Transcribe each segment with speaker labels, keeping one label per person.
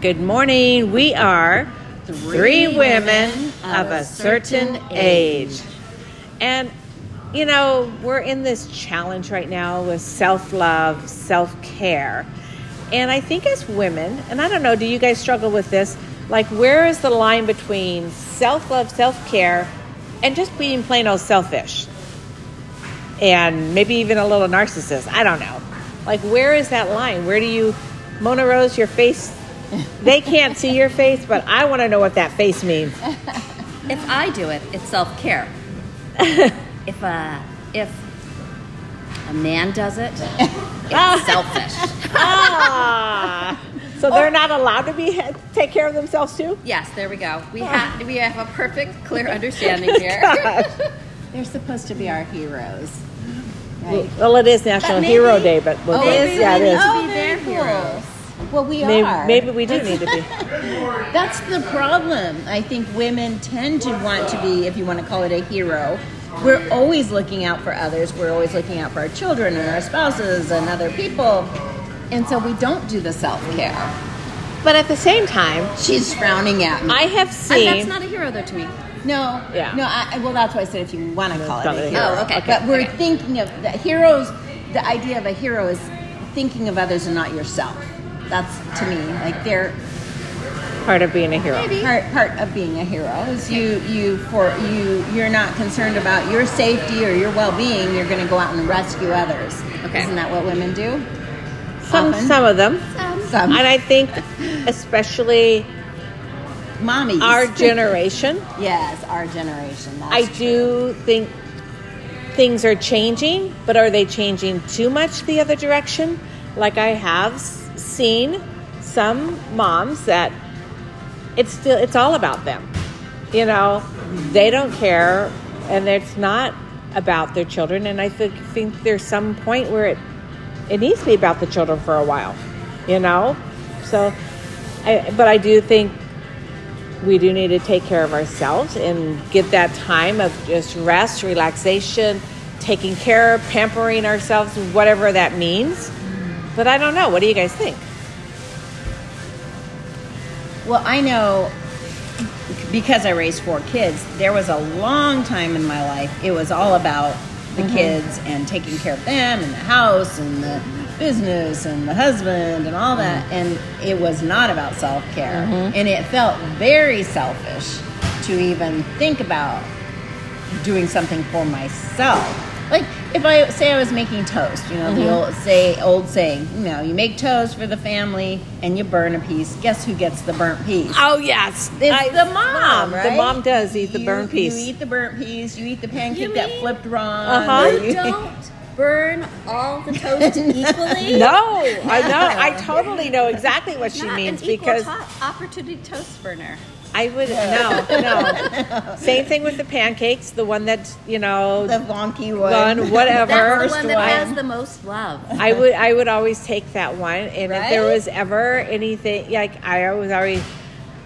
Speaker 1: Good morning. We are three women of a certain age. And, you know, we're in this challenge right now with self love, self care. And I think as women, and I don't know, do you guys struggle with this? Like, where is the line between self love, self care, and just being plain old selfish? And maybe even a little narcissist. I don't know. Like, where is that line? Where do you, Mona Rose, your face, they can't see your face, but I want to know what that face means.
Speaker 2: If I do it, it's self care. if uh, if a man does it, it's selfish.
Speaker 1: Ah! So they're not allowed to be take care of themselves too?
Speaker 2: Yes, there we go. We have we have a perfect, clear
Speaker 1: Oh
Speaker 2: understanding here.
Speaker 3: They're supposed to be our heroes.
Speaker 1: Well, it is National
Speaker 3: maybe-
Speaker 1: Hero Day, but we'll
Speaker 2: Oh,
Speaker 1: go-
Speaker 2: it is?
Speaker 1: yeah, it
Speaker 3: we
Speaker 1: is.
Speaker 3: need
Speaker 2: Oh,
Speaker 3: to be
Speaker 2: very
Speaker 3: their
Speaker 2: cool.
Speaker 3: heroes. Well, we
Speaker 1: Maybe,
Speaker 3: are.
Speaker 1: maybe we do need to be.
Speaker 3: That's the problem. I think women tend to want to be, if you want to call it a hero. We're always looking out for others. We're always looking out for our children and our spouses and other people. And so we don't do the self care.
Speaker 1: But at the same time,
Speaker 3: She's frowning at me.
Speaker 1: I have
Speaker 2: And
Speaker 1: seen.
Speaker 2: that's not a hero though to me.
Speaker 3: No.
Speaker 1: Yeah.
Speaker 3: No. I, I- well, that's why I said if you want to call it
Speaker 1: call it
Speaker 3: a
Speaker 1: a
Speaker 3: hero.
Speaker 2: hero. Oh, okay.
Speaker 3: But we're
Speaker 2: Okay.
Speaker 3: thinking of the heroes. The idea of a hero is thinking of others and not yourself. That's to me like they're
Speaker 1: part of being a hero.
Speaker 3: part part of being a hero is you you for you you're not concerned about your safety or your well being. You're going to go out and rescue others.
Speaker 2: Okay.
Speaker 3: Isn't that what women do?
Speaker 1: Some,
Speaker 3: Often.
Speaker 1: some of them.
Speaker 2: Um,
Speaker 3: Some
Speaker 1: And I think, especially
Speaker 3: mommies.
Speaker 1: our generation,
Speaker 3: yes, our generation. That's
Speaker 1: I do think things are changing, but are they changing too much the other direction? Like I have s- seen some moms that it's still it's all about them. You know, they don't care and it's not about their children and I think think there's some point where it it needs to be about the children for a while, you know? So I but I do think we do need to take care of ourselves and get that time of just rest, relaxation, taking care, pampering ourselves, whatever that means. But I don't know. What do you guys think?
Speaker 3: Well, I know because I raised four kids, there was a long time in my life it was all about the kids and taking care of them and the house and the business and the husband and all that and it was not about self-care and it felt very selfish to even think about doing something for myself. Like if I say I was making toast, you know, the old say old saying, you know, you make toast for the family and you burn a piece. Guess who gets the burnt piece?
Speaker 1: Oh yes,
Speaker 3: It's the mom, right?
Speaker 1: The mom does eat the
Speaker 3: You-
Speaker 1: burn piece.
Speaker 3: You eat the burnt piece. You eat the pancake
Speaker 2: You
Speaker 3: that
Speaker 2: mean-
Speaker 3: flipped wrong.
Speaker 1: Uh-huh.
Speaker 3: or
Speaker 2: You
Speaker 3: you-
Speaker 2: don't burn all the toast equally.
Speaker 1: no, I know. I totally know exactly what she
Speaker 2: Not
Speaker 1: means
Speaker 2: an equal
Speaker 1: because
Speaker 2: to- opportunity toast burner.
Speaker 1: I would no, no. Same thing with the pancakes. The one that's you know
Speaker 3: the wonky one.
Speaker 1: gone, whatever.
Speaker 2: That's the one that
Speaker 1: First
Speaker 2: has the most love.
Speaker 1: I would I would always take that one, and if there
Speaker 3: Right?
Speaker 1: was ever anything like I always always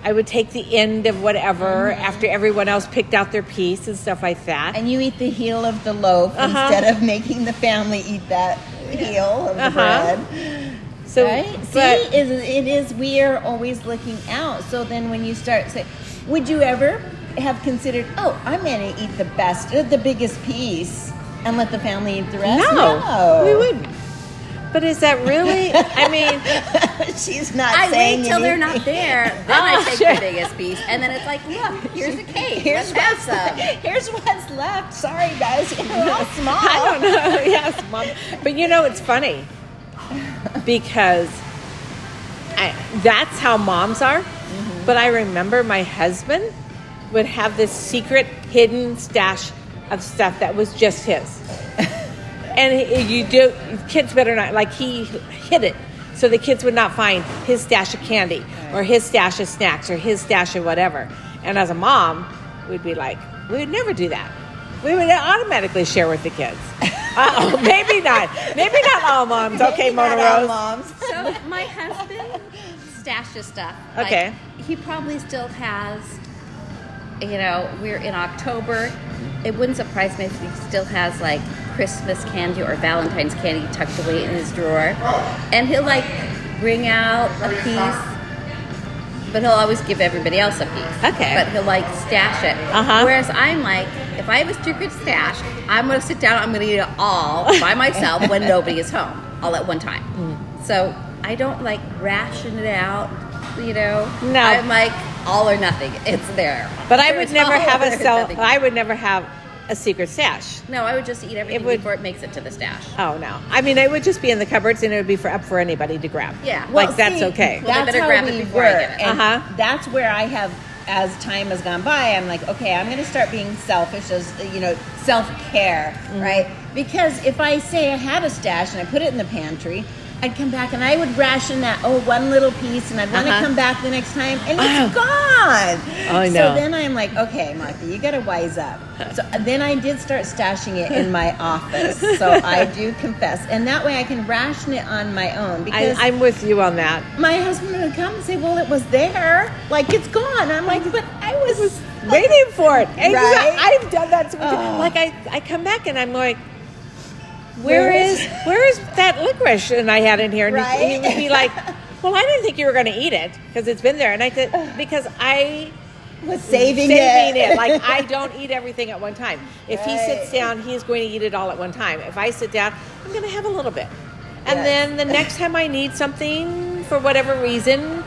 Speaker 1: I would take the end of whatever after everyone else picked out their piece and stuff like that.
Speaker 3: Mm-hmm. And you eat the heel of the loaf
Speaker 1: Uh-huh.
Speaker 3: instead of making the family eat that heel of the
Speaker 1: Uh-huh.
Speaker 3: bread.
Speaker 1: so,
Speaker 3: right?
Speaker 1: but
Speaker 3: See, is it is we are always looking out. So then, when you start say, would you ever have considered? Oh, I'm going to eat the best, uh, the biggest piece, and let the family eat the rest.
Speaker 1: no,
Speaker 3: No.
Speaker 1: we wouldn't. But is that really? I mean,
Speaker 3: She's not
Speaker 2: I
Speaker 3: saying
Speaker 2: wait till they're
Speaker 3: anything.
Speaker 2: not there, then I
Speaker 1: Oh,
Speaker 2: take
Speaker 1: sure.
Speaker 2: the biggest piece, and then it's like, look, here's a cake.
Speaker 3: Here's
Speaker 2: Let's
Speaker 3: what's
Speaker 2: have some.
Speaker 3: here's what's left. Sorry, guys, we're all small.
Speaker 1: I don't know. yes, mom. But you know, it's funny because I, that's how moms are. But I remember my husband would have this secret hidden stash of stuff that was just his. and he- you do kids better not like he hid it so the kids would not find his stash of candy or his stash of snacks or his stash of whatever. And as a mom, we'd be like, we would never do that. We would automatically share with the kids. Uh-oh, maybe not. Maybe not all moms. Okay,
Speaker 3: Not
Speaker 1: Mona
Speaker 3: all
Speaker 1: Rose.
Speaker 3: moms.
Speaker 2: So my husband stashes stuff. Like,
Speaker 1: Okay.
Speaker 2: he probably still has. You know, we're in October. It wouldn't surprise me if he still has like Christmas candy or Valentine's candy tucked away in his drawer, and he'll like bring out a piece but he'll always give everybody else a piece.
Speaker 1: Okay.
Speaker 2: But he'll like stash it.
Speaker 1: Uh-huh.
Speaker 2: Whereas I'm like, if I have a secret stash, I'm gonna sit down. I'm gonna eat it all by myself when nobody is home, all at one time.
Speaker 1: Mm.
Speaker 2: So I don't like ration it out. You know.
Speaker 1: No.
Speaker 2: I'm like all or nothing. It's there.
Speaker 1: But I
Speaker 2: There
Speaker 1: would
Speaker 2: is
Speaker 1: never
Speaker 2: all
Speaker 1: have
Speaker 2: or
Speaker 1: a self.
Speaker 2: nothing.
Speaker 1: I would never have a secret stash.
Speaker 2: No, I would just eat everything
Speaker 1: would-
Speaker 2: before it makes it to the stash.
Speaker 1: Oh no! I mean, it would just be in the cupboards, and it would be for up for anybody to grab.
Speaker 2: Yeah.
Speaker 1: like
Speaker 2: Well,
Speaker 1: that's
Speaker 3: see,
Speaker 1: okay.
Speaker 2: Well, they
Speaker 3: that's
Speaker 2: better
Speaker 3: how
Speaker 2: grab it
Speaker 3: we
Speaker 2: before I
Speaker 3: were,
Speaker 2: get it.
Speaker 3: and
Speaker 1: Uh-huh.
Speaker 3: That's where I have, as time has gone by, I'm like, okay, I'm going to start being selfish, as you know, self care,
Speaker 1: Mm-hmm.
Speaker 3: right? Because if I say I had a stash and I put it in the pantry. I'd come back and I would ration that oh one little piece and I'd want to
Speaker 1: Uh-huh.
Speaker 3: come back the next time and
Speaker 1: Ah.
Speaker 3: it's gone.
Speaker 1: I know.
Speaker 3: So then I'm like, okay, Martha, you gotta wise up. So then I did start stashing it in my office. So I do confess, and that way I can ration it on my own
Speaker 1: I,
Speaker 3: because
Speaker 1: I'm with you on that.
Speaker 3: my husband would come and say, "Well, it was there, like it's gone." I'm like, "But I was,
Speaker 1: Waiting for it. Exactly.
Speaker 3: Right?
Speaker 1: I've done that. So many
Speaker 3: Oh.
Speaker 1: times. Like I, I come back and I'm like,
Speaker 3: Where
Speaker 1: where
Speaker 3: is-
Speaker 1: is where is that licorice? And I had in here, and he- he,
Speaker 3: Right?
Speaker 1: would be like, well, I didn't think you were going to eat it because it's been there, and I said because I
Speaker 3: was saving,
Speaker 1: saving it. Like I don't eat everything at one time. If he
Speaker 3: Right.
Speaker 1: sits down, he's going to eat it all at one time. If I sit down, I'm going to have a little bit. And
Speaker 3: Yes.
Speaker 1: then the next time I need something for whatever reason,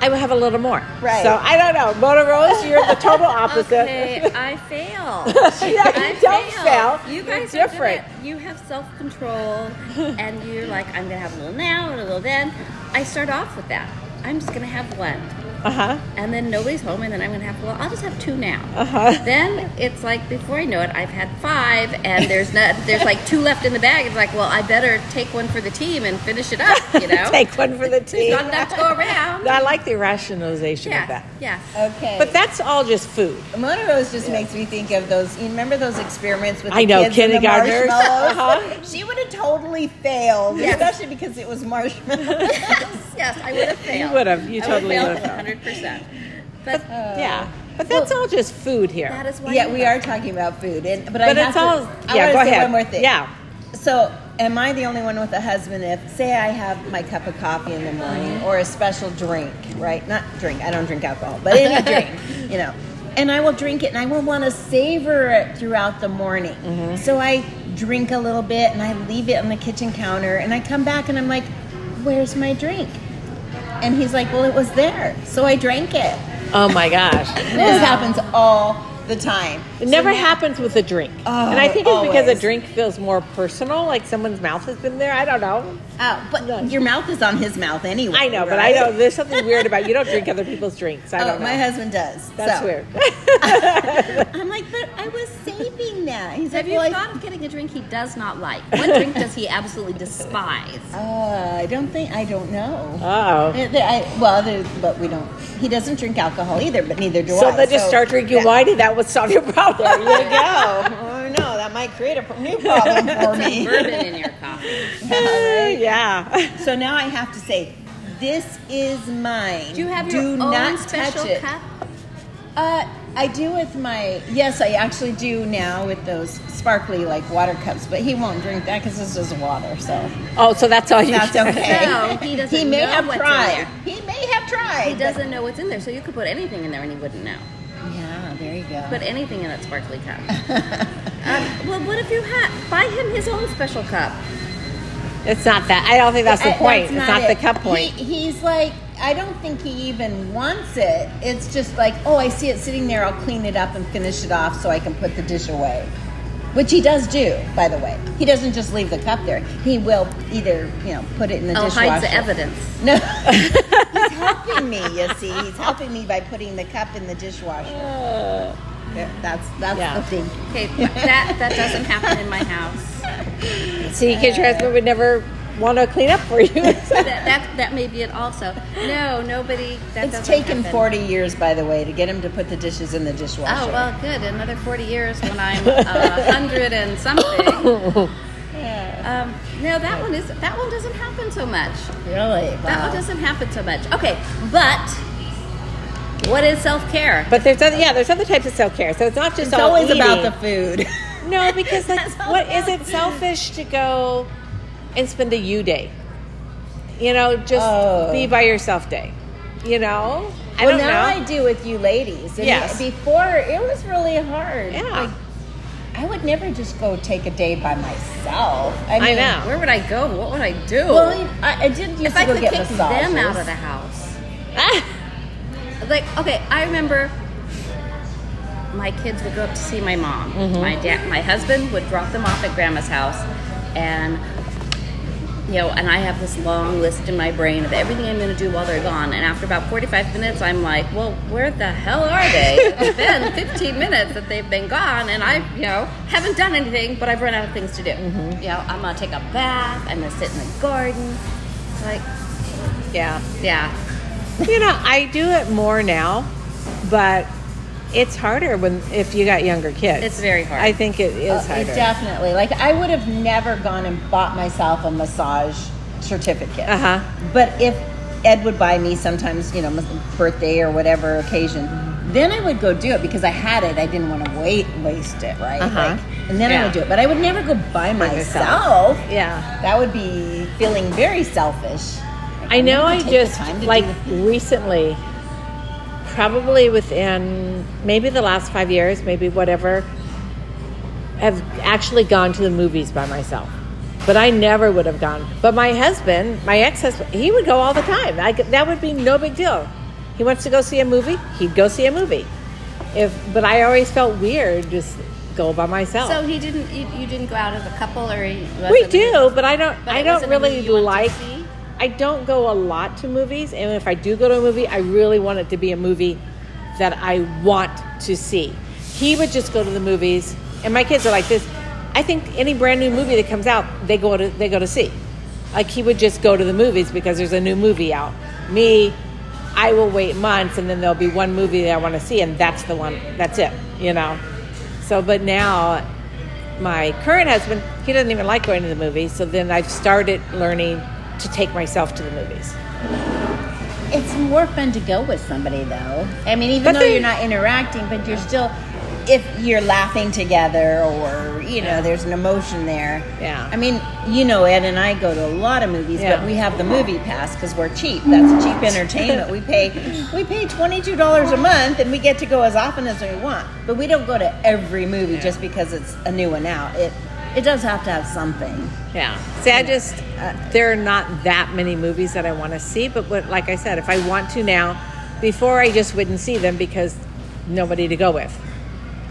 Speaker 1: I will have a little more.
Speaker 3: Right.
Speaker 1: So I don't know. Mona Rose, you're the total opposite.
Speaker 2: Okay, I fail.
Speaker 1: Yeah, you
Speaker 2: I
Speaker 1: don't fail.
Speaker 2: You
Speaker 1: You're
Speaker 2: guys are
Speaker 1: different.
Speaker 2: different. You have self control, and you're like, I'm gonna have a little now and a little then. I start off with that. I'm just gonna have one,
Speaker 1: Uh huh.
Speaker 2: and then nobody's home, and then I'm gonna have well, I'll just have two now.
Speaker 1: Uh-huh.
Speaker 2: Then it's like before I know it, I've had five, and there's not there's like two left in the bag. It's like, well, I better take one for the team and finish it up. You know,
Speaker 1: Take one for the
Speaker 2: There's
Speaker 1: team.
Speaker 2: not enough to go around.
Speaker 1: I like the rationalization of
Speaker 2: yeah,
Speaker 1: that. Oh.
Speaker 2: yeah.
Speaker 3: Okay,
Speaker 1: But that's all just food.
Speaker 3: Mona Rose just makes me think of those. You remember those experiments with
Speaker 1: I
Speaker 3: the
Speaker 1: know,
Speaker 3: kids and the
Speaker 1: kindergartners.
Speaker 3: marshmallows?
Speaker 1: Uh-huh.
Speaker 3: She would have totally failed,
Speaker 2: Yes.
Speaker 3: especially because it was marshmallows.
Speaker 2: yes, yes, I would have failed.
Speaker 1: would've. You
Speaker 2: I
Speaker 1: totally
Speaker 2: failed
Speaker 1: would've failed. uh,
Speaker 2: Hundred percent. But
Speaker 1: yeah. But that's all just food here.
Speaker 2: that is why.
Speaker 3: yeah,
Speaker 2: you
Speaker 3: we
Speaker 2: love
Speaker 3: are talking about food, and but, I
Speaker 1: but
Speaker 3: have
Speaker 1: it's
Speaker 3: to,
Speaker 1: all.
Speaker 3: I
Speaker 1: yeah.
Speaker 3: want to
Speaker 1: Go
Speaker 3: say
Speaker 1: ahead.
Speaker 3: One more thing.
Speaker 1: Yeah.
Speaker 3: So, am I the only one with a husband if, say, I have my cup of coffee in the morning or a special drink, right? Not drink, I don't drink alcohol, but any drink, you know. And I will drink it and I will want to savor it throughout the morning.
Speaker 1: Mm-hmm.
Speaker 3: So, I drink a little bit and I leave it on the kitchen counter and I come back and I'm like, where's my drink? And he's like, well, it was there. So, I drank it.
Speaker 1: Oh my gosh.
Speaker 3: This happens all the time.
Speaker 1: It never happens with a drink.
Speaker 3: Oh,
Speaker 1: and I think it's because a
Speaker 3: always.
Speaker 1: drink feels more personal, like someone's mouth has been there. I don't know.
Speaker 3: Oh, but your mouth is on his mouth anyway.
Speaker 1: I know, but I
Speaker 3: right?
Speaker 1: know there's something weird about you don't drink other people's drinks. I
Speaker 3: Oh,
Speaker 1: don't know.
Speaker 3: my husband does.
Speaker 1: That's
Speaker 3: so.
Speaker 1: weird.
Speaker 3: I'm like, but I was saving that. He's
Speaker 2: Have
Speaker 3: like,
Speaker 2: you
Speaker 3: well, I,
Speaker 2: thought of getting a drink he does not like? What drink does he absolutely despise?
Speaker 3: uh, I don't think I don't know.
Speaker 1: oh.
Speaker 3: I- I- well, there- but we don't. He doesn't drink alcohol either, but neither do I.
Speaker 1: So they just start drinking
Speaker 3: yeah.
Speaker 1: wine and that would solve your problem.
Speaker 3: There you go. oh no, that might create a pro- new problem for me.
Speaker 2: Bourbon in your coffee.
Speaker 1: yeah.
Speaker 3: so now I have to say, this is mine.
Speaker 2: Do you have
Speaker 3: Do
Speaker 2: your
Speaker 3: not
Speaker 2: own special
Speaker 3: touch it.
Speaker 2: cup?
Speaker 3: Uh, I do with my yes, I actually do now with those sparkly like water cups, but he won't drink that because it's just water. So.
Speaker 1: Oh, so that's all you
Speaker 3: That's okay.
Speaker 2: No, he doesn't
Speaker 3: He may
Speaker 2: know
Speaker 3: have
Speaker 2: what's in
Speaker 3: tried.
Speaker 2: there.
Speaker 3: He may have tried.
Speaker 2: He doesn't know what's in there, so you could put anything in there and he wouldn't know.
Speaker 3: Yeah, there you go.
Speaker 2: Put anything in that sparkly cup. um, well, what if you had buy him his own special cup?
Speaker 1: It's not that. I don't think that's the
Speaker 3: I-
Speaker 1: point. it's not
Speaker 3: it.
Speaker 1: the cup point.
Speaker 3: He, he's like, I don't think he even wants it. It's just like, oh, I see it sitting there. I'll clean it up and finish it off so I can put the dish away. Which he does do, by the way. He doesn't just leave the cup there. He will either, you know, put it in the
Speaker 2: Oh,
Speaker 3: dishwasher.
Speaker 2: hides the evidence.
Speaker 3: No. he's helping me, you see. He's helping me by putting the cup in the dishwasher.
Speaker 1: Uh,
Speaker 3: There- That's that's
Speaker 1: Yeah.
Speaker 3: the thing.
Speaker 2: Okay, that that doesn't happen in my house.
Speaker 1: see, because your husband would never want to clean up for you.
Speaker 2: that, that that may be it also. No, nobody. That
Speaker 3: It's
Speaker 2: doesn't
Speaker 3: taken
Speaker 2: happen.
Speaker 3: 40 years, by the way, to get him to put the dishes in the dishwasher.
Speaker 2: Oh well, good. Another forty years when I'm uh, a hundred and something.
Speaker 3: Yeah.
Speaker 2: Um, no, that one is that one doesn't happen so much.
Speaker 3: Really? Wow.
Speaker 2: That one doesn't happen so much. Okay, but what is self care?
Speaker 1: but there's other, yeah, there's other types of self care. So it's not just
Speaker 3: it's
Speaker 1: all
Speaker 3: always about
Speaker 1: eating.
Speaker 3: the food.
Speaker 1: No, because like,
Speaker 3: That's all
Speaker 1: what is
Speaker 3: about
Speaker 1: it selfish to go and spend a you day? You know, just
Speaker 3: Oh.
Speaker 1: be by yourself day. You know, I
Speaker 3: well,
Speaker 1: don't
Speaker 3: now
Speaker 1: know.
Speaker 3: I do with you ladies. And
Speaker 1: Yes.
Speaker 3: Before it was really hard.
Speaker 1: Yeah.
Speaker 3: Like, I would never just go take a day by myself. I,
Speaker 1: I
Speaker 3: mean,
Speaker 1: know.
Speaker 2: Where would I go? What would I do?
Speaker 3: Well, I, I did used
Speaker 2: if
Speaker 3: to
Speaker 2: I
Speaker 3: go
Speaker 2: could
Speaker 3: get
Speaker 2: kick
Speaker 3: massages.
Speaker 2: them out of the house.
Speaker 1: Ah,
Speaker 2: like okay i remember my kids would go up to see my mom
Speaker 3: Mm-hmm.
Speaker 2: my dad my husband would drop them off at grandma's house and you know and i have this long list in my brain of everything i'm going to do while they're gone and after about 45 minutes i'm like well where the hell are they it's been 15 minutes that they've been gone and i you know haven't done anything but i've run out of things to do
Speaker 3: Mm-hmm.
Speaker 2: you know i'm going to take a bath i'm going to sit in the garden It's like
Speaker 1: yeah.
Speaker 2: yeah
Speaker 1: you know, I do it more now, but it's harder when if you got younger kids.
Speaker 2: It's very hard.
Speaker 1: I think it is
Speaker 3: Uh, it
Speaker 1: harder.
Speaker 3: definitely. Like I would have never gone and bought myself a massage certificate.
Speaker 1: Uh-huh.
Speaker 3: But if Ed would buy me sometimes, you know, birthday or whatever occasion, then I would go do it because I had it. I didn't want to wait waste it, right?
Speaker 1: Uh-huh.
Speaker 3: Like, and then I
Speaker 1: Yeah.
Speaker 3: would do it. But I would never go by
Speaker 1: yourself.
Speaker 3: myself.
Speaker 1: yeah.
Speaker 3: That would be feeling very selfish. Like,
Speaker 1: I
Speaker 3: I'm
Speaker 1: know
Speaker 3: not gonna
Speaker 1: I
Speaker 3: take the
Speaker 1: just
Speaker 3: time to
Speaker 1: like
Speaker 3: do-
Speaker 1: recently, probably within maybe the last five years, maybe whatever, have actually gone to the movies by myself. But I never would have gone. But my husband, my ex husband, he would go all the time. I could- that would be no big deal. He wants to go see a movie, he'd go see a movie. If, but I always felt weird just go by myself.
Speaker 2: So he didn't. You, you didn't go out as a couple, or he wasn't
Speaker 1: we do, but I don't.
Speaker 2: But
Speaker 1: I
Speaker 2: it
Speaker 1: don't
Speaker 2: wasn't a movie
Speaker 1: really
Speaker 2: you wanted to
Speaker 1: like.
Speaker 2: see?
Speaker 1: I don't go a lot to movies, and if I do go to a movie, I really want it to be a movie that I want to see. He would just go to the movies, and my kids are like this. I think any brand new movie that comes out, they go to they go to see. Like he would just go to the movies because there's a new movie out. Me, I will wait months, and then there'll be one movie that I want to see, and that's the one. That's it. You know. So, but now my current husband, he doesn't even like going to the movies. So then I've started learning to take myself to the movies.
Speaker 3: It's more fun to go with somebody, though. I mean, even
Speaker 1: But
Speaker 3: though
Speaker 1: they-
Speaker 3: you're not interacting, but you're still, if you're laughing together or, you know, there's an emotion there.
Speaker 1: Yeah.
Speaker 3: I mean, you know, Ed and I go to a lot of movies,
Speaker 1: Yeah.
Speaker 3: but we have the movie pass because we're cheap. That's cheap entertainment. we pay, we pay $22 a month and we get to go as often as we want. But we don't go to every movie just because it's a new one out. It, it does have to have something.
Speaker 1: Yeah. See, I just, uh, there are not that many movies that I want to see. But what, like I said, if I want to now, before I just wouldn't see them because nobody to go with.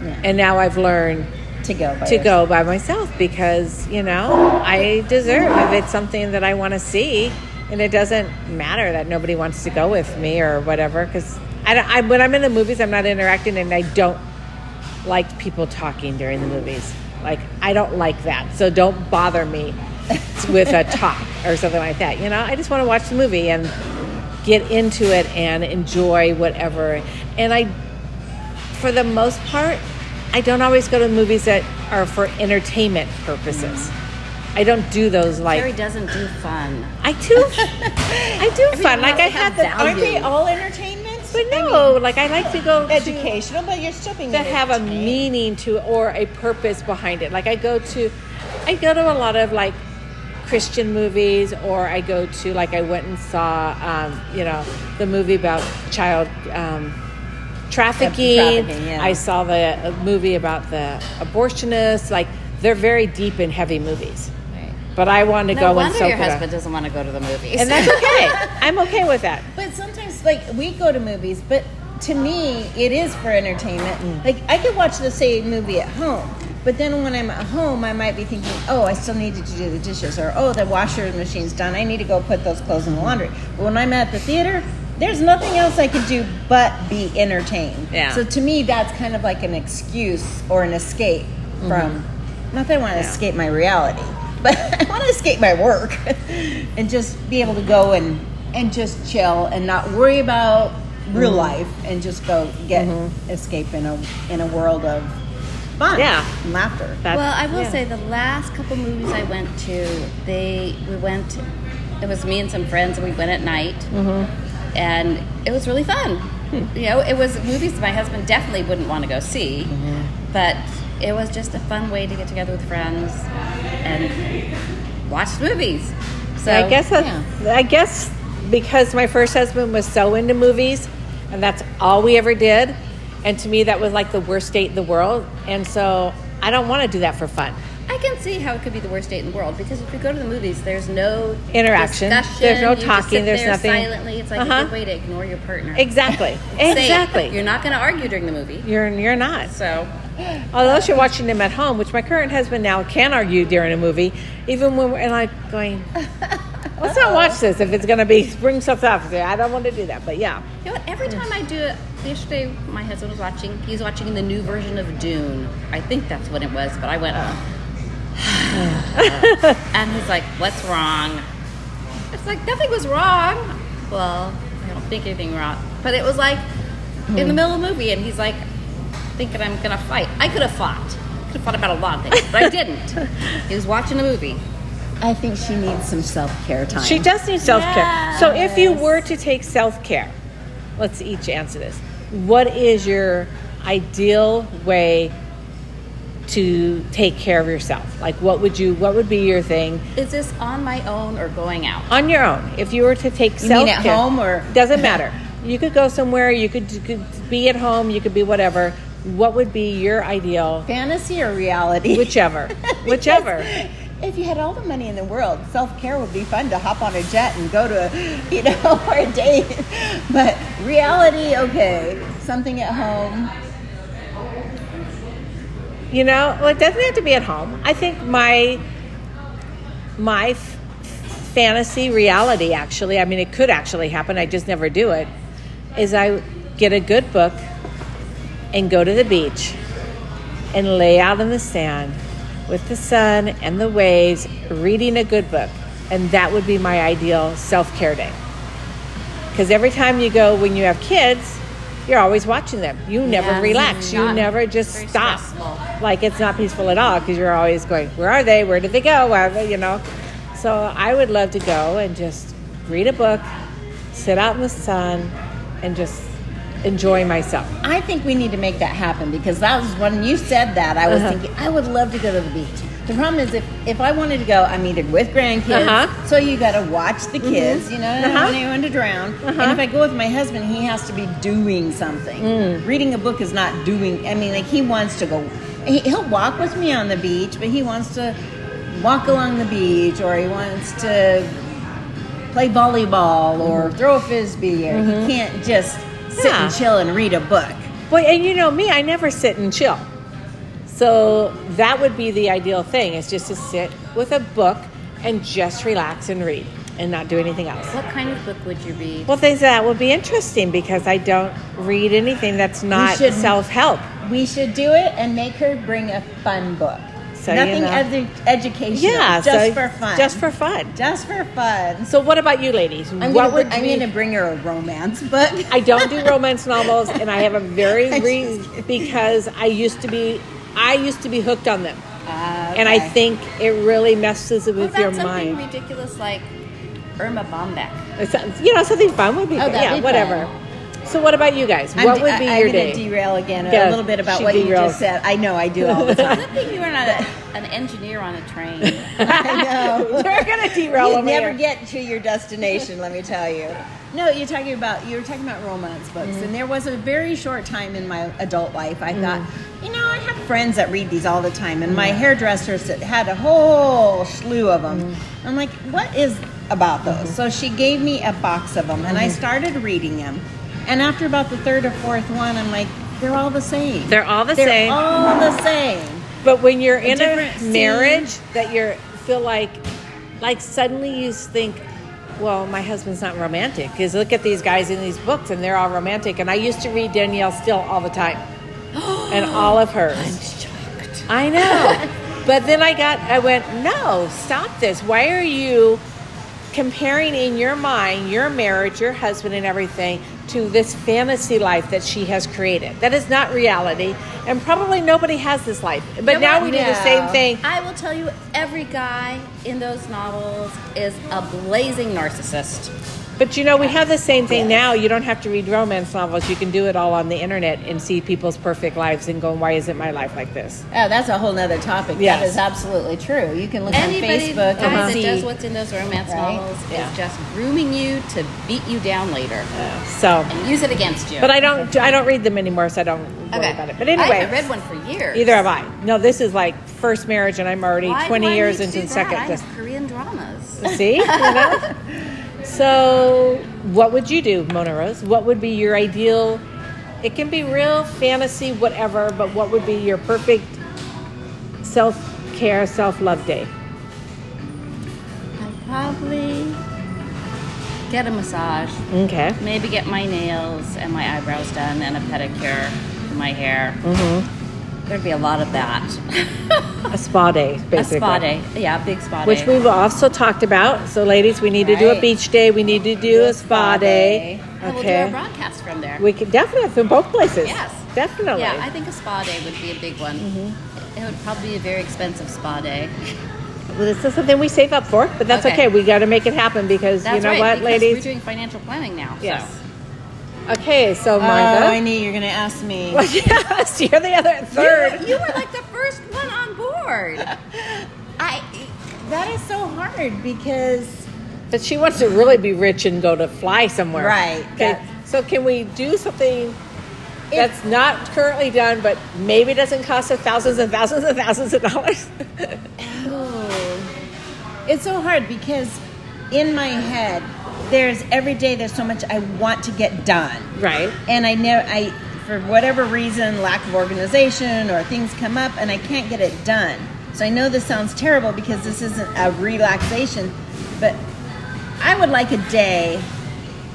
Speaker 3: Yeah.
Speaker 1: And now I've learned
Speaker 3: To go. by
Speaker 1: to
Speaker 3: yourself.
Speaker 1: go by myself because, you know, I deserve if it's something that I want to see. And it doesn't matter that nobody wants to go with me or whatever because I, don't- I, when I'm in the movies, I'm not interacting and I don't like people talking during the movies. Like, I don't like that. So don't bother me with a talk or something like that. You know, I just want to watch the movie and get into it and enjoy whatever. And I for the most part, I don't always go to movies that are for entertainment purposes. I don't do those
Speaker 2: Jerry
Speaker 1: like
Speaker 2: doesn't do fun.
Speaker 1: I do. I do fun. Like I had the
Speaker 2: Everyone has
Speaker 3: Aren't
Speaker 1: aren't
Speaker 3: they
Speaker 1: they all-
Speaker 3: all entertainment?
Speaker 1: But no, like I like to go to
Speaker 3: educational, but you're still being
Speaker 1: that have a
Speaker 3: entertained.
Speaker 1: meaning to or a purpose behind it. Like I go to, I go to a lot of like Christian movies, or I go to like I went and saw, um, you know, the movie about child um, trafficking.
Speaker 3: Trafficking, yeah.
Speaker 1: I saw the uh, movie about the abortionists. Like they're very deep and heavy movies, but I want to
Speaker 2: No
Speaker 1: go and
Speaker 2: wonder
Speaker 1: soak
Speaker 2: your
Speaker 1: it up.
Speaker 2: husband doesn't want to go to the movies.
Speaker 1: and that's okay. I'm okay with that.
Speaker 3: But sometimes, like we go to movies, but to me, it is for entertainment. Like I could watch the same movie at home, but then when I'm at home, I might be thinking, "Oh, I still needed to do the dishes," or "Oh, the washer machine's done. I need to go put those clothes in the laundry." But when I'm at the theater, there's nothing else I could do but be entertained.
Speaker 1: Yeah.
Speaker 3: So to me, that's kind of like an excuse or an escape
Speaker 1: Mm-hmm.
Speaker 3: from. Not that I want to escape my reality, but I want to escape my work and just be able to go and and just chill and not worry about
Speaker 1: Mm-hmm.
Speaker 3: real life and just go get escape in a in a world of fun,
Speaker 1: Yeah.
Speaker 3: and laughter.
Speaker 1: That-
Speaker 2: well, I will
Speaker 1: yeah.
Speaker 2: say the last couple movies I went to, they we went. It was me and some friends, and we went at night,
Speaker 1: Mm-hmm.
Speaker 2: and it was really fun.
Speaker 1: Hmm.
Speaker 2: You know, it was movies my husband definitely wouldn't want to go see,
Speaker 1: Mm-hmm.
Speaker 2: but it was just a fun way to get together with friends and watch movies. So
Speaker 1: I guess that,
Speaker 2: yeah.
Speaker 1: I guess because my first husband was so into movies and that's all we ever did. And to me, that was like the worst date in the world. And so I don't want to do that for fun.
Speaker 2: I can see how it could be the worst date in the world because if you go to the movies, there's no
Speaker 1: Interaction.
Speaker 2: discussion,
Speaker 1: There's no
Speaker 2: you just
Speaker 1: talking,
Speaker 2: sit
Speaker 1: there's
Speaker 2: there
Speaker 1: nothing.
Speaker 2: Silently, it's like
Speaker 1: Uh-huh.
Speaker 2: a good way to ignore your partner.
Speaker 1: Exactly.
Speaker 2: Say it.
Speaker 1: exactly.
Speaker 2: You're not going to argue during the movie,
Speaker 1: You're you're not.
Speaker 2: so
Speaker 1: Unless you're watching them at home, which my current husband now can argue during a movie, even when we're and I'm going. Let's not watch this if it's going to be bring stuff up. I don't want to do that, but yeah.
Speaker 2: You know what? Every time I do it, yesterday my husband was watching. He was watching the new version of Dune. I think that's what it was, but I went. and he's like, "What's wrong?" It's like nothing was wrong. Well, I don't think anything wrong, but it was like in the middle of the movie, and he's like, thinking I'm gonna fight. I could have fought. Could have fought about a lot of things, but I didn't. he was watching a movie.
Speaker 3: I think she needs some self care time.
Speaker 1: She does need self care. So if you were to take self care, let's each answer this. What is your ideal way to take care of yourself? Like what would you what would be your thing
Speaker 2: Is this on my own or going out?
Speaker 1: on your own? If you were to take
Speaker 3: You
Speaker 1: self
Speaker 3: mean
Speaker 1: care
Speaker 3: at home or-
Speaker 1: doesn't matter. You could go somewhere, you could, you could be at home, you could be whatever. What would be your ideal
Speaker 3: fantasy or reality?
Speaker 1: whichever. Whichever.
Speaker 3: If you had all the money in the world, self care would be fun to hop on a jet and go to, you know, for a date. But reality, okay, something at home.
Speaker 1: you know well it doesn't have to be at home i think my my f- fantasy reality actually i mean it could actually happen i just never do it is i get a good book and go to the beach and lay out in the sand with the sun and the waves reading a good book and that would be my ideal self-care day because every time you go when you have kids you're always watching them you never
Speaker 2: Yeah,
Speaker 1: relax you
Speaker 2: not-
Speaker 1: never just
Speaker 2: very
Speaker 1: stop
Speaker 2: stressful.
Speaker 1: like it's not peaceful at all because you're always going where are they where did they go where are they? you know so i would love to go and just read a book sit out in the sun and just enjoy myself
Speaker 3: I think we need to make that happen because that was when you said that I was
Speaker 1: Uh-huh.
Speaker 3: thinking I would love to go to the beach. The problem is if, if I wanted to go, I'm either with grandkids,
Speaker 1: Uh-huh.
Speaker 3: so you got to watch the kids. You know, I don't
Speaker 1: Uh-huh.
Speaker 3: want anyone to drown. And if I go with my husband, he has to be doing something.
Speaker 1: Mm.
Speaker 3: Reading a book is not doing. I mean, like he wants to go. He, he'll walk with me on the beach, but he wants to walk along the beach, or he wants to play volleyball, or throw a frisbee. Or he can't just sit and
Speaker 1: Mm-hmm. Yeah.
Speaker 3: chill and read a book.
Speaker 1: Well, and you know me, I never sit and chill. So that would be the ideal thing is just to sit with a book and just relax and read and not do anything else.
Speaker 2: What kind of book would you read?
Speaker 1: Well, things that would be interesting because I don't read anything that's not
Speaker 3: should-
Speaker 1: self help.
Speaker 3: We should do it and make her bring a fun book.
Speaker 1: So, you
Speaker 3: Nothing
Speaker 1: know.
Speaker 3: edu- educational.
Speaker 1: Yeah,
Speaker 3: just
Speaker 1: so
Speaker 3: for fun.
Speaker 1: Just for fun.
Speaker 3: Just for fun.
Speaker 1: So, what about you, ladies?
Speaker 3: I'm
Speaker 1: what
Speaker 3: gonna,
Speaker 1: would
Speaker 3: br- I'm
Speaker 1: be-
Speaker 3: gonna bring her a romance book.
Speaker 1: I don't do romance novels, and I have a very
Speaker 3: I'm
Speaker 1: re-
Speaker 3: just kidding.
Speaker 1: because I used to be I used to be hooked on them,
Speaker 3: Ah,
Speaker 1: and I
Speaker 3: okay.
Speaker 1: think it really messes with
Speaker 2: What about
Speaker 1: your
Speaker 2: something
Speaker 1: mind.
Speaker 2: ridiculous like Irma Bombeck?
Speaker 1: It sounds- You know, something fun would be
Speaker 3: Oh,
Speaker 1: good.
Speaker 3: that'd
Speaker 1: Yeah,
Speaker 3: be
Speaker 1: whatever. So, what about you guys?
Speaker 3: I'm
Speaker 1: what
Speaker 3: de-
Speaker 1: would be
Speaker 3: I-
Speaker 1: your
Speaker 3: I'm
Speaker 1: day?
Speaker 3: gonna derail again
Speaker 1: Yeah,
Speaker 3: a little bit about
Speaker 1: she
Speaker 3: what you
Speaker 1: derails.
Speaker 3: just said. I know I do all the time.
Speaker 2: Good thing you are not a, an engineer on a train.
Speaker 3: I know.
Speaker 1: You're gonna derail
Speaker 3: you
Speaker 1: over
Speaker 3: never
Speaker 1: here.
Speaker 3: get to your destination, let me tell you. Mm. No, you're talking about you were talking about romance books, and there was a very short time in my adult life I thought, you know, I have friends that read these all the time, and my hairdresser said- had a whole slew of them. I'm like, what is about those? So she gave me a box of them, and I started reading them. And after about the third or fourth one, I'm like, they're all the same.
Speaker 1: They're all the same.
Speaker 3: They're all the same.
Speaker 1: but when you're in a
Speaker 3: different scene.
Speaker 1: marriage that you're feel like, like suddenly you think, well, my husband's not romantic because look at these guys in these books and they're all romantic. And I used to read Danielle Still all the time, and all of hers. I know. but then I got, I went, no, stop this. Why are you comparing in your mind your marriage, your husband, and everything to this fantasy life that she has created? That is not reality. And probably nobody has this life. But
Speaker 2: No,
Speaker 1: now we do the
Speaker 3: no.
Speaker 1: same thing.
Speaker 2: I will tell you, every guy in those novels is a blazing narcissist.
Speaker 1: But you know, we have the same thing now. You don't have to read romance novels. You can do it all on the internet and see people's perfect lives and go, why isn't my life like this?
Speaker 3: Oh, that's a whole nother topic. That
Speaker 1: Yes.
Speaker 3: is absolutely true. You can look
Speaker 2: Anybody
Speaker 3: on Facebook
Speaker 2: guys,
Speaker 3: and
Speaker 2: that
Speaker 3: see.
Speaker 2: does what's in those romance
Speaker 3: Right?
Speaker 2: novels
Speaker 1: Yeah.
Speaker 2: is just grooming you to beat you down later
Speaker 1: So,
Speaker 2: and use it against you.
Speaker 1: but I don't, I don't read them anymore, so I don't worry about it. But
Speaker 2: I
Speaker 1: anyway,
Speaker 2: haven't read one for years.
Speaker 1: either have I. No, this is like first marriage, and I'm already
Speaker 2: Why do
Speaker 1: 20
Speaker 2: I
Speaker 1: years
Speaker 2: need to
Speaker 1: into
Speaker 2: do
Speaker 1: the
Speaker 2: that?
Speaker 1: second.
Speaker 2: I
Speaker 1: dis-
Speaker 2: have Korean dramas.
Speaker 1: See? You know? so, what would you do, Mona Rose? What would be your ideal? It can be real, fantasy, whatever, but what would be your perfect self care, self love day?
Speaker 2: I'd probably get a massage,
Speaker 1: Okay.
Speaker 2: maybe get my nails and my eyebrows done, and a pedicure for my hair.
Speaker 1: Mm-hmm.
Speaker 2: There'd be a lot of that.
Speaker 1: A spa day, basically.
Speaker 2: a spa day, yeah, a big spa
Speaker 1: Which
Speaker 2: day.
Speaker 1: we've also talked about. So, ladies, we need to do a
Speaker 3: Right.
Speaker 1: beach day. We need to do a spa day.
Speaker 2: And we'll do our broadcast from there.
Speaker 1: We can definitely from both places.
Speaker 2: Yes.
Speaker 1: Definitely.
Speaker 2: Yeah, I think a spa day would be a big one.
Speaker 1: Mm-hmm.
Speaker 2: It would probably be a very expensive spa day.
Speaker 1: Well, this is something we save up for, but that's okay.
Speaker 2: Okay.
Speaker 1: We got to make it happen because
Speaker 2: That's
Speaker 1: you know
Speaker 2: right,
Speaker 1: what,
Speaker 2: because
Speaker 1: ladies?
Speaker 2: We're doing financial planning now. so.
Speaker 1: Yes. Okay, so
Speaker 3: Oh,
Speaker 1: Martha.
Speaker 3: I knew you were going to ask me.
Speaker 1: Well, yes, you're the other third.
Speaker 2: You, you were like the first one on board.
Speaker 3: I that is so hard because
Speaker 1: But she wants to really be rich and go to fly somewhere.
Speaker 3: Right,
Speaker 1: Okay.
Speaker 3: that's-
Speaker 1: So can we do something that's not currently done, but maybe doesn't cost us thousands and thousands and thousands of dollars?
Speaker 3: it's so hard because in my head there's every day there's so much I want to get done.
Speaker 1: right.
Speaker 3: And I know I for whatever reason lack of organization or things come up and I can't get it done. So I know this sounds terrible because this isn't a relaxation, but I would like a day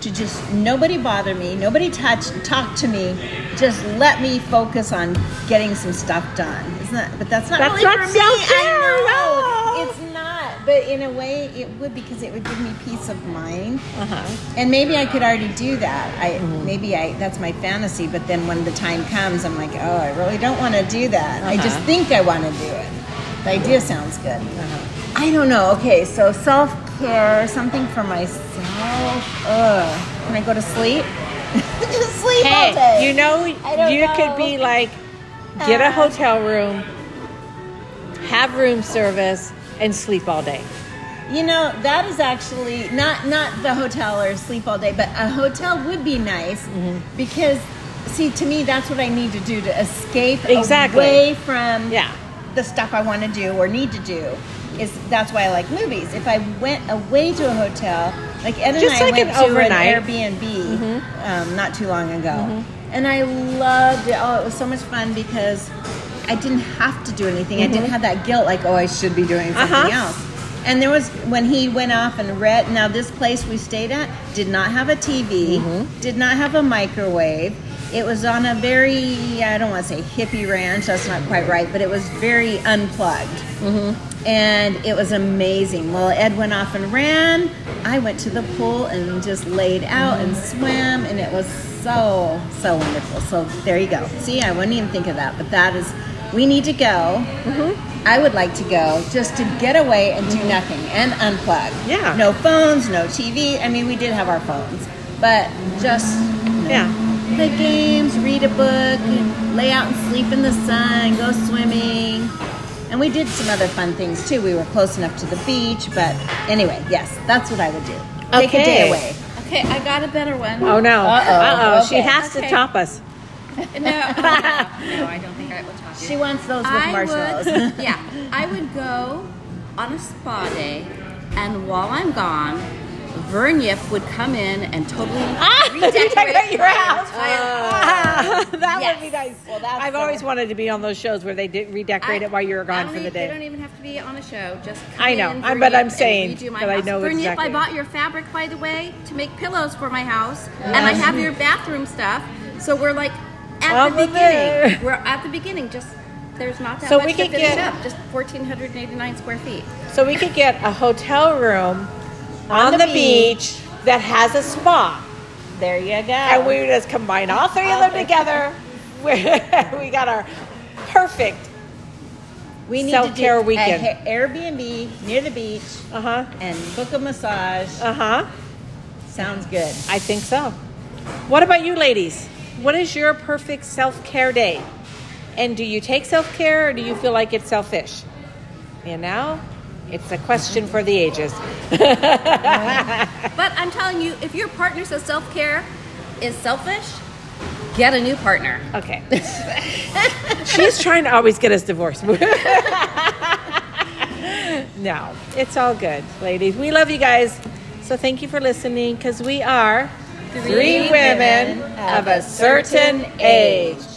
Speaker 3: to just nobody bother me, nobody touch talk to me, just let me focus on getting some stuff done. Isn't that but that's not
Speaker 1: That's
Speaker 3: really
Speaker 1: not
Speaker 3: for me.
Speaker 1: self-care,
Speaker 3: I know.
Speaker 1: no.
Speaker 3: It's not. But in a way it would because it would give me peace of mind
Speaker 1: Uh huh.
Speaker 3: and maybe I could already do that. I
Speaker 1: Mm-hmm.
Speaker 3: maybe I that's my fantasy, but then when the time comes, I'm like, oh, I really don't want to do that. I just
Speaker 1: Uh-huh.
Speaker 3: think I want to do it. The idea sounds good. I don't know. Okay, so self care, something for myself. Ugh. Can I go to sleep? just sleep all day.
Speaker 1: Hey, you know,
Speaker 3: I don't
Speaker 1: you could be
Speaker 3: know.
Speaker 1: like, get a
Speaker 3: Uh,
Speaker 1: hotel room, have room service, and sleep all day.
Speaker 3: You know, that is actually not not the hotel or sleep all day, but a hotel would be nice
Speaker 1: Mm-hmm.
Speaker 3: because see to me that's what I need to do to escape
Speaker 1: Exactly.
Speaker 3: away from
Speaker 1: Yeah.
Speaker 3: the stuff I want to do or need to do. Is that's why I like movies. If I went away to a hotel, like Ed and
Speaker 1: Just
Speaker 3: I
Speaker 1: like
Speaker 3: went
Speaker 1: an
Speaker 3: to
Speaker 1: overnight. Mm-hmm.
Speaker 3: an Airbnb um, not too long ago, and I loved it. Oh, it was so much fun because I didn't have to do anything. I didn't have that guilt, like oh, I should be doing something
Speaker 1: Mm-hmm. Uh-huh.
Speaker 3: else. And there was when he went off and read. Now this place we stayed at did not have a TV, did not have a microwave. It was on a very I don't want to say hippie ranch. That's not quite right, but it was very unplugged. And it was amazing. Well, Ed went off and ran. I went to the pool and just laid out and swam, and it was so so wonderful. So there you go. See, I wouldn't even think of that, but that is. We need to go.
Speaker 1: Mm-hmm.
Speaker 3: I would like to go just to get away and do nothing and unplug.
Speaker 1: Yeah.
Speaker 3: No phones, no TV. I mean, we did have our phones, but just
Speaker 1: Yeah.
Speaker 3: the games, read a book, lay out and sleep in the sun, go swimming. And we did some other fun things too. We were close enough to the beach, but anyway, yes, that's what I would do. Take a
Speaker 1: Okay.
Speaker 3: day away.
Speaker 2: Okay, I got a better one.
Speaker 1: Oh no.
Speaker 3: Uh-oh.
Speaker 1: Uh oh. She
Speaker 3: Okay.
Speaker 1: has to
Speaker 2: Okay.
Speaker 1: top us.
Speaker 2: No, no, no, I don't think I would talk to
Speaker 3: She
Speaker 2: you.
Speaker 3: wants those with
Speaker 2: I
Speaker 3: marshmallows.
Speaker 2: would, yeah, I would go on a spa day, and while I'm gone, Vernyip would come in and totally
Speaker 1: Ah,
Speaker 2: redecorate
Speaker 1: your house.
Speaker 2: my entire-
Speaker 1: that
Speaker 2: Yes.
Speaker 1: would be nice.
Speaker 3: Well, that's
Speaker 1: I've
Speaker 3: the-
Speaker 1: always wanted to be on those shows where they de- redecorate it while you're
Speaker 2: I
Speaker 1: gone
Speaker 2: don't
Speaker 1: for the
Speaker 2: even- They don't
Speaker 1: day.
Speaker 2: even have to be on a show. Just come
Speaker 1: I know.
Speaker 2: in,
Speaker 1: I- but
Speaker 2: Vernyip,
Speaker 1: I'm
Speaker 2: and
Speaker 1: saying
Speaker 2: redo my
Speaker 1: that I
Speaker 2: house.
Speaker 1: know
Speaker 2: Vernyip,
Speaker 1: exactly.
Speaker 2: I bought your fabric, by the way, to make pillows for my house, and I have your bathroom stuff. So we're like at
Speaker 1: Over
Speaker 2: the beginning.
Speaker 1: there.
Speaker 2: We're at the beginning. Just there's not that
Speaker 1: So
Speaker 2: much
Speaker 1: we
Speaker 2: to
Speaker 1: could
Speaker 2: finish
Speaker 1: get-
Speaker 2: up. Just 1,489 square feet.
Speaker 1: So we could get a hotel room on,
Speaker 3: On
Speaker 1: the,
Speaker 3: the
Speaker 1: beach. that has a spa,
Speaker 3: There you go.
Speaker 1: and we would just combine all three of them together. we got our perfect.
Speaker 3: we need
Speaker 1: self-care
Speaker 3: to do
Speaker 1: weekend.
Speaker 3: a ha- Airbnb near the beach
Speaker 1: Uh huh.
Speaker 3: and book a massage.
Speaker 1: Uh huh.
Speaker 3: Sounds good.
Speaker 1: I think so. What about you, ladies? What is your perfect self care day? And do you take self care or do you feel like it's selfish? You know, it's a question for the ages.
Speaker 2: But I'm telling you, if your partner says self care is selfish, get a new partner.
Speaker 1: Okay. She's trying to always get us divorced. no, it's all good, ladies. We love you guys. So thank you for listening because we are
Speaker 2: Three women
Speaker 3: of a certain age.